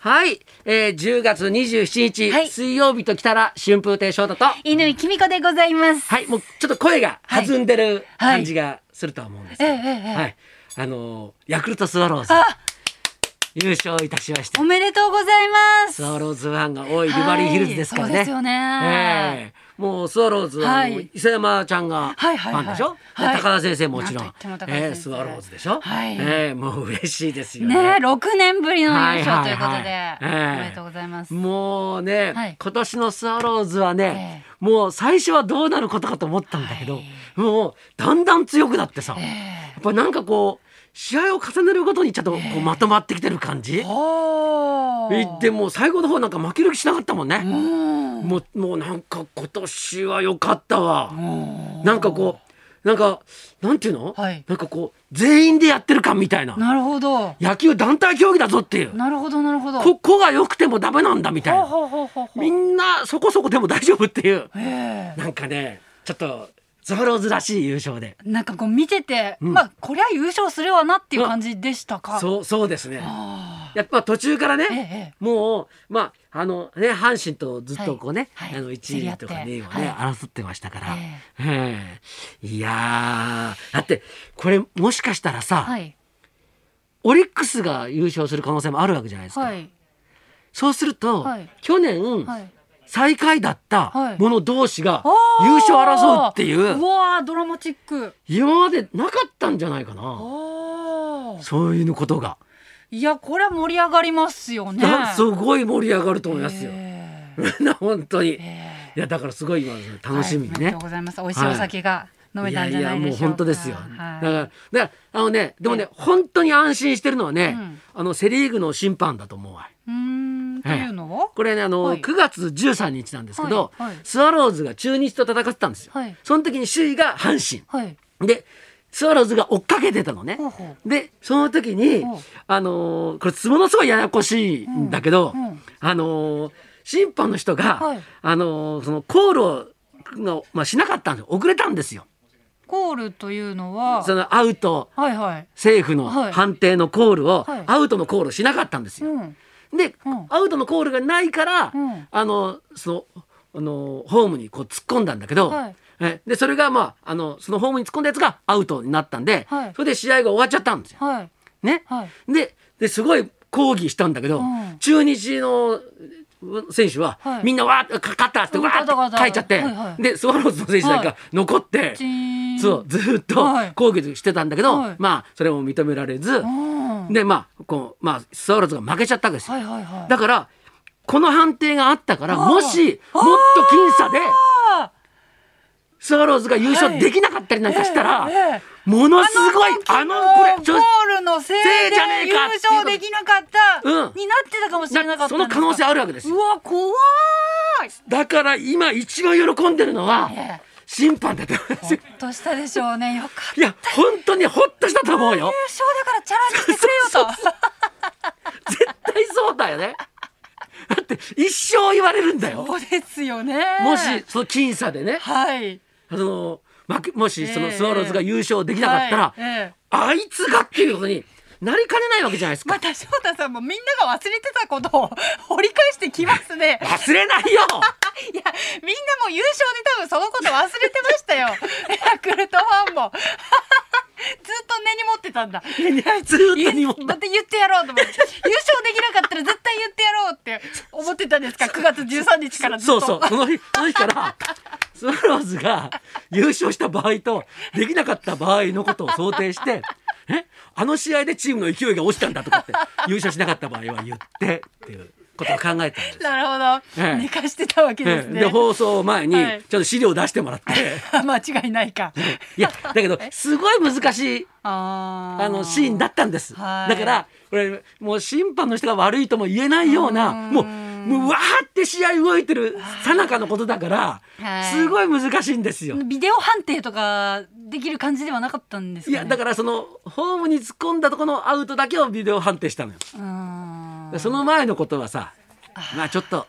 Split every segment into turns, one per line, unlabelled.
はい、えー、10月27日、
はい
水曜日ときたら春風亭昇太と
乾きみこでございます。
はいもうちょっと声が弾んでる
はい
感じがするとは思うんですけ
ええ
ど、
え
はい
えええ
あのーヤクルトスワローズ
あ、
優勝いたしました
おめでとうございます。
スワローズファンが多いビバリーヒルズですからね。
はいそうですよね
ええもうスワローズは、
はい
あの伊勢山ちゃんがフ
はいはいはい
ァンでしょ、で
はい
高田先生もちろん
なんと言っても高田先生
ええスワローズでしょ、
はい
ええもう嬉しいですよ
ねえ、六年ぶりの優勝ということで、
はいはいはいええ
おめでとうございます。
もうね、
はい
今年のスワローズはね、
え
もう最初はどうなることかと思ったんだけど、
はい
もうだんだん強くなってさ、
え
や
え
っぱなんかこう試合を重ねるごとにちょっとこ
え
う
え
まとまってきてる感じ、
おー
でもう最後の方なんか負ける気しなかったもん
う
ね、
ん
もうもうなんか今年は良かったわ、
うん
なんかこうなんかなんていうの、
はい
なんかこう全員でやってる感みたいな
なるほど。
野球団体競技だぞっていう
なるほど、なるほど。
ここが良くてもダメなんだみたい
ほう
な
ほうほうほうほう。
みんなそこそこでも大丈夫っていう。
ええ
なんかね、ちょっと、スワローズらしい優勝で。
なんかこう見てて、
ん
まあ、こりゃ優勝するわなっていう感じでしたか。う。
そう、そうですね。
あ
やっぱ途中から
ーえ
ね、
えええ。
もう、まあ、あのね、阪神とずっとこうね、
はいはい
あの一位とか
競り
ね、を
合って
ね、争ってましたから。
え
ええいやー、だって、これもしかしたらさ、
はい。
オリックスが優勝する可能性もあるわけじゃないですか。
はい。
そうすると、
はい
去年、
はい。
最下位だった
はい
者同士が
おー
優勝争うっていう、
うわー、ドラマチック。
今までなかったんじゃないかな。
おー
そういうことが。
いや、これは盛り上がりますよね。
だすごい盛り上がると思いますよ。
ええ
みんな本当に。い
ええ
やだからすごい今楽しみに
はいおめで
ね
とう。ございます。美味しいお酒が飲めたんじゃない
も
で
う
しょうか。
本当ですよ。だから
はい
だからあのねでもね本当に安心してるのはね
うん
あのセリーグの審判だと思うわ。
うーん、というのを。
これねあの
はい
9月13日なんですけど
はいはい
スワローズが中日と戦ってたんですよ
はい。
その時に首位が阪
はい。
神でスワローズが追っかけてたのね
ほ。うほう。
でその時に
うん
あのーこれものすごいややこしいんだけど、
うんうん
あのー審判の人が、
はい
あのーそのコールをの、まあ、しなかったんですよ遅れたんですよ
コールというのは。
そのアウト
はいはい。
政府の
はい
判定のコールを、
はい
アウトのコールをしなかったんです
う
よ。
ん。
で、
うん
アウトのコールがないから、
うん
あのそのあのホームにこう突っ込んだんだけど、
はい
えでそれがまああのそのホームに突っ込んだやつがアウトになったんで、
はい
それで試合が終わっちゃったんですよ。
はい。
ね、
はい。
でですごい抗議したんだけど、
うん
中日の選手は、
はい
みんなわーってかかったってわ
ガタ
ー
ガ
って
タ
書いちゃって、
はいはい
でスワローズの選手なん
は
か
い
残って、
チーン
そう。ずーっと
はい
抗議してたんだけど、
はい
まあそれも認められず、
うん。
でまあこう、まあ、スワローズが負けちゃったわけですよ。
はいはいはい。
だからこの判定があったから
あー
もしもっと僅差で
あ
スワローズが優勝できなかったりなんかしたら、
えええ
ものすごい
あ
あ
の
の
時の
これち
ゴ
ょ
ールのせい
せい
で
じゃねえ
優
か
勝できなかった
うん
になってたかもしれなかった
そ
んで
の
す
可
か
能性あるわけですよ
う。わ怖い
だから今一番喜んでるのは
ええ
審判だと思います
ほっ
よ。
としたでしょうねよかった
い
優
や本当にほっとしたと思うよ。
勝だからチャラにしてくれよ
絶対そうだよね。だって一生言われるんだ
と
よ。
そうですよね
もしその僅差でね、
はい
あのまくもしそ
え
の
え
スワローズが優勝できなかったら
は、いええ
あいつがっていうことになりかねないわけじゃないですか。
また翔太さんもみんなが忘れてたことを 掘り返してきますね
忘れないよ。
いやみんなもう優勝で多分そのこと忘れてましたよヤクルトファンも ずっと根に持ってたんだ
ずーっと
言
にも
また言ってやろうと思って優勝できなかったら絶対言ってやろうって思ってたんですか9月13日からずっ
そ
と
うそう。その日その日 からスワローズが優勝した場合とできなかった場合のことを想定して。えあの試合でチームの勢いが落ちたんだとかって優勝しなかった場合は言ってっていうことを考えたんです。
なるほど、
ええ
寝かしてたわけで
え
す
え
ね、
で放送前にち
はい
ょっと資料を出してもらって、 い、
間違いないか
やだけどすごい難しい
あ
あのシーンだったんです、
はい
だからこれもう審判の人が悪いとも言えないような
うん
もうもうわーって試合動いてる最中のことだから、
はい
すごい難しいんですよ。
ビデオ判定とかできる感じではなかったんですか、
い
ね、
やだからそのホームに突っ込んだとこのアウトだけをビデオ判定したのよ。
うーん
その前のことはさまあちょっと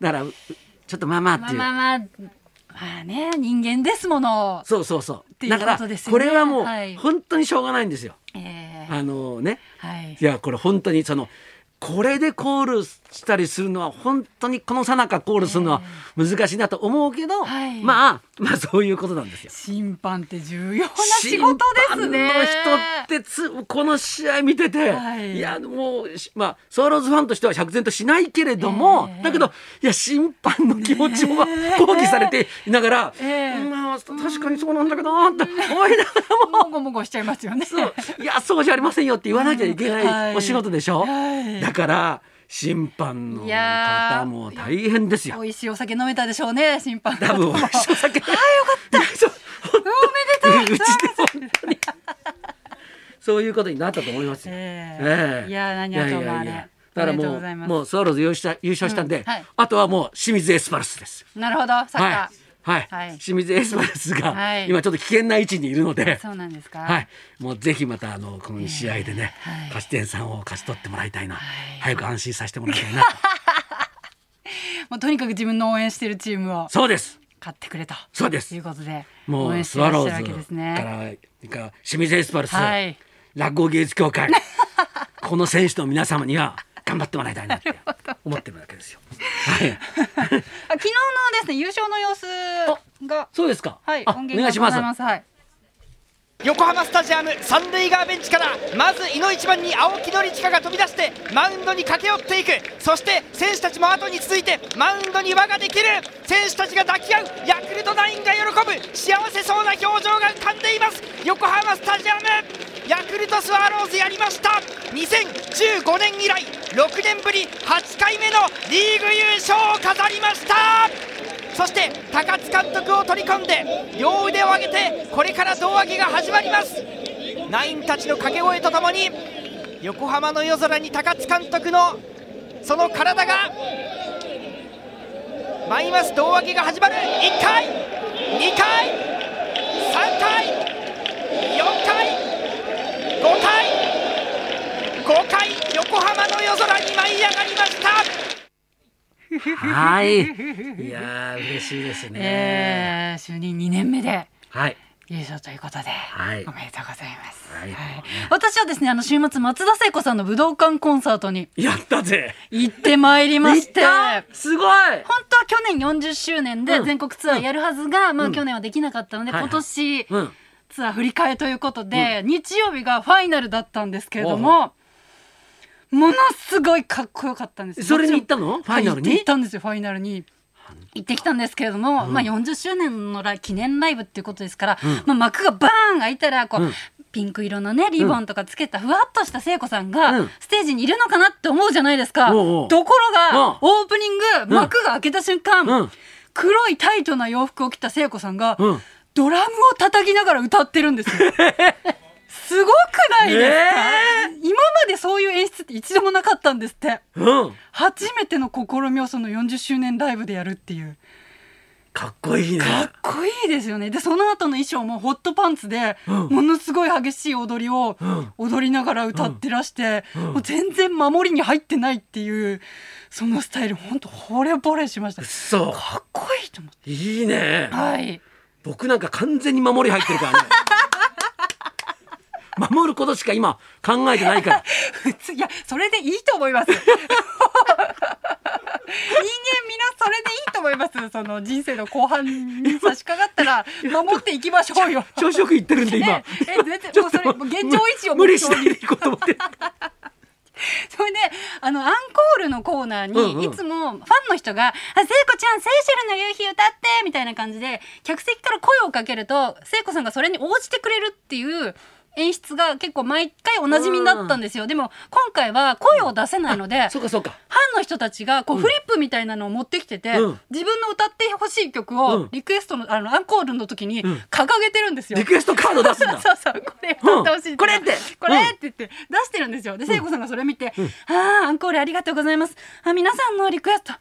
だからうちょっとまあまあってい
まあ
う、
まあまあまあね人間ですもの、
そうそうそう
ていう
だから
ことですよ
こ
ね
れはもう
はい
本当にしょうがないんですよ。
ええ
あのね
はい
いやこれ本当にそのこれでコールしたりするのは本当にこの最中コールするのは難しいなと思うけど、
はい
まあまあそういうことなんですよ。
審判って重要な仕事です
審
ね。
判の人ってつこの試合見てて、
はい
い、やもうしまあスワローズファンとしては釈然としないけれども、
ええ
だけどいや審判の気持ちも
ねえ
抗議されていながら、
ええ
まあ確かにそうなんだけどなって思いながらも。
もごもごしちゃいますよね。
そういやそうじゃありませんよって言わなきゃいけ
うんは
ないいお仕事でしょ、
はい
だから審判の
いやー
方も大変ですよ
美味しいお酒飲めたでしょうね、審判。
多分お酒あよかった
おめでとう。
うちで本当にそういうことになったと思いますよ、
ええ
え
いや何はともあれ
いやいやいやだから
おめでとう
も
ございうます
もうスワローズ優勝した優勝したんで、
うんはい
あとはもう清水エスパルスです
なるほど、サッカー。
はい、はい
はい
清水エスパルスが、
はい
今ちょっと危険な位置にいるので
そうなんですか。
はい、もうぜひまたあのこの試合でね、
はい
勝ち点3を勝ち取ってもらいたいな、
い
早く安心させてもらいたいな
もうとにかく自分の応援しているチームを
そうです
買ってくれと。
そうです
いうことで。
も
応
う
援し
ス
てら
ワ
っしゃ
ロ
るわけで
ーズ
す
から,、
ね。
から清水エスパルス、
はい
落語芸術協会この選手の皆様には頑張ってもらいたいなって思ってるわけですよ。はい、
あ昨日のですね、優勝の様子が。
そうですか、
はい、
あ
音
お
源
願
が
いしま
ござ
す。
ます。はい。
横浜スタジアム三塁側ベンチからまず井の一番に青木宣親が飛び出してマウンドに駆け寄っていくそして選手たちも後に続いてマウンドに輪ができる選手たちが抱き合うヤクルトナインが喜ぶ幸せそうな表情が浮かんでいます横浜スタジアムヤクルトスワローズやりました2015年以来6年ぶり8回目のリーグ優勝を飾りましたそして高津監督を取り込んで両腕を上げてこれから胴上げが始まりますナインたちの掛け声とともに横浜の夜空に高津監督のその体が舞います胴上げが始まる1回2回3回4回5回5回横浜の夜空に舞い上がりました
はい、いやー嬉しいですね。
ええ就任2年目で。
はい、
優勝ということで、
はい
おめでとうございます、
はい
私はですねあの週末松田聖子さんの武道館コンサートに
やったぜ。
行ってまいりまして
行ったすごい。
本当は去年40周年で
うん
全国ツアーやるはずが、まあ
うん
去年はできなかったので、
はいはい
今年
うん、
ツアー振り替えということで、日曜日がファイナルだったんですけれど
ほう
も、ものすごいかっこよかったんですよ
それに行った
も
の？フ
ちろん
ァイナルに
行っ？たんですよファイナルに行ってきたんですけれども、まあ40周年のライ記念ライブっていうことですから、
ん
まあ幕がバーン開いたらこう、
うん
ピンク色のねリボンとかつけたふわっとした聖子さんが、
うん
ステージにいるのかなって思うじゃないですか。
おうおう
ところ
うん
がオープニング幕が開けた瞬間、
うん
黒いタイトな洋服を着た聖子さんが、
うん
ドラムを叩きながら歌ってるんで すよ。すごくないですか、
え
今までそういう演出って一度もなかったんですって。
うん、
初めての試みをその40周年ライブでやるっていう。
かっこいいね。
かっこいいですよね。で、その後の衣装もホットパンツで、
うん
ものすごい激しい踊りを
うん
踊りながら歌ってらして、
うんうん
もう全然守りに入ってないっていう、そのスタイル、ほんと惚れ惚れしました。か
そ
っこいいと思って。
う、いいね。
はい。
僕なんか完全に守り入ってる からね。守ることしか今考えてないから。
普通いやそれでいいと思い ます人間みんなそれでいいと思いますその人生の後半に差し掛かったら守っていきましょうよ
朝食行ってるんで今
ね。 え全然もうそれもう現状維持を
無
目
理し
標
な
に
いでいこうと思 って。
それであのアンコールのコーナー
うんう
に
ん
いつもファンの人が「あ聖子ちゃんセーシェルの夕日歌って」みたいな感じで客席から声をかけると聖子さんがそれに応じてくれるっていう演出が結構毎回おなじみになったんですよ。でも今回は声を出せないので、
そうかそうか。
ファンの人たちがこうフリップみたいなのを持ってきてて、
うん
自分の歌ってほしい曲
う
を
ん
リクエストのあのアンコールの時に
うん
掲げてるんですよ。
リクエストカード出すんだ。
そうそうこれ歌ってほしい、
うんこれって
これって言って出してるんですよで聖子さんがそれ見て「ああアンコールありがとうございますあ皆さんのリクエスト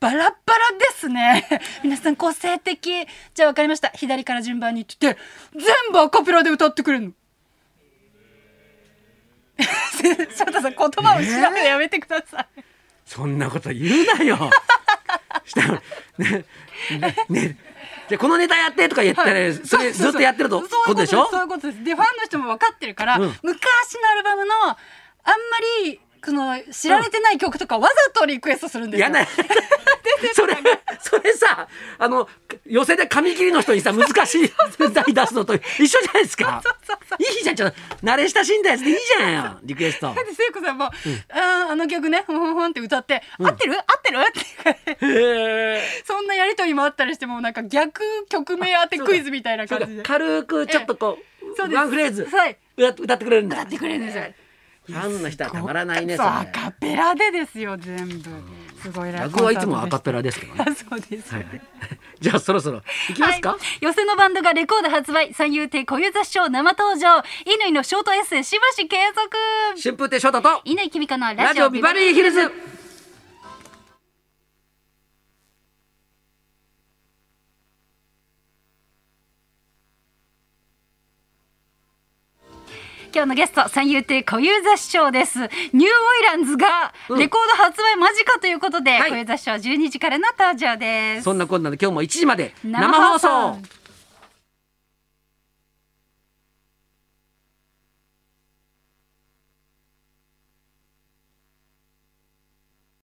バラッバラですね 皆さん個性的じゃあ分かりました左から順番に」って言って全部アカペラで歌ってくれるの。 翔太さん言葉を調べるのやめてください。
そんなこと言うなよ。 したらねねね。じゃあこのネタやってとか言ったら、
はい
それずっとやってると
そう
ことでしょ。
そういうことですそういうことですでファンの人も分かってるから、
うん
昔のアルバムのあんまりその知られてない曲とかわざとリクエストするんですよ。
嫌な それそれさあの寄せで紙切りの人にさ難しい題出すのと一緒じゃないですかいいじゃんちょっと慣れ親しんだやつでいいじゃんよリクエス ト
だって聖子さんも、あーあの曲ね、ほんほんほんって歌って、合ってる合ってるって言うから
へえ
そんなやりとりもあったりしても、なんか逆曲名当てクイズみたいな感じで。
軽くちょっとこう
そうです
ワンフレーズ
はい
歌って歌ってくれるんだ
歌ってくれるんですよ。
ファンの人はたまらないね
そ
そうれ
アカペラでですよ、全部。すごいラ
落語はいつもアカペラですけどね
あそうです
は
よね、
いはいじゃあそろそろいきますか、
はい、寄せのバンドがレコード発売三遊亭小遊三師匠生登場乾のショートエッセイしばし継続
春風亭昇太と
乾きみかのラ
ラ
ジ
ジ
オ
オ
ビ
ビ
バ
バ
リ
リー
ーヒ
ヒ
ル
ル
ズ
ズ
今日のゲスト三遊亭小遊三師匠ですニューオイランズが
ん
レコード発売間近ということで、
はい
小遊三師匠12時からの登場です
そんなこんなで今日も1時まで
生
生
放
放
送
送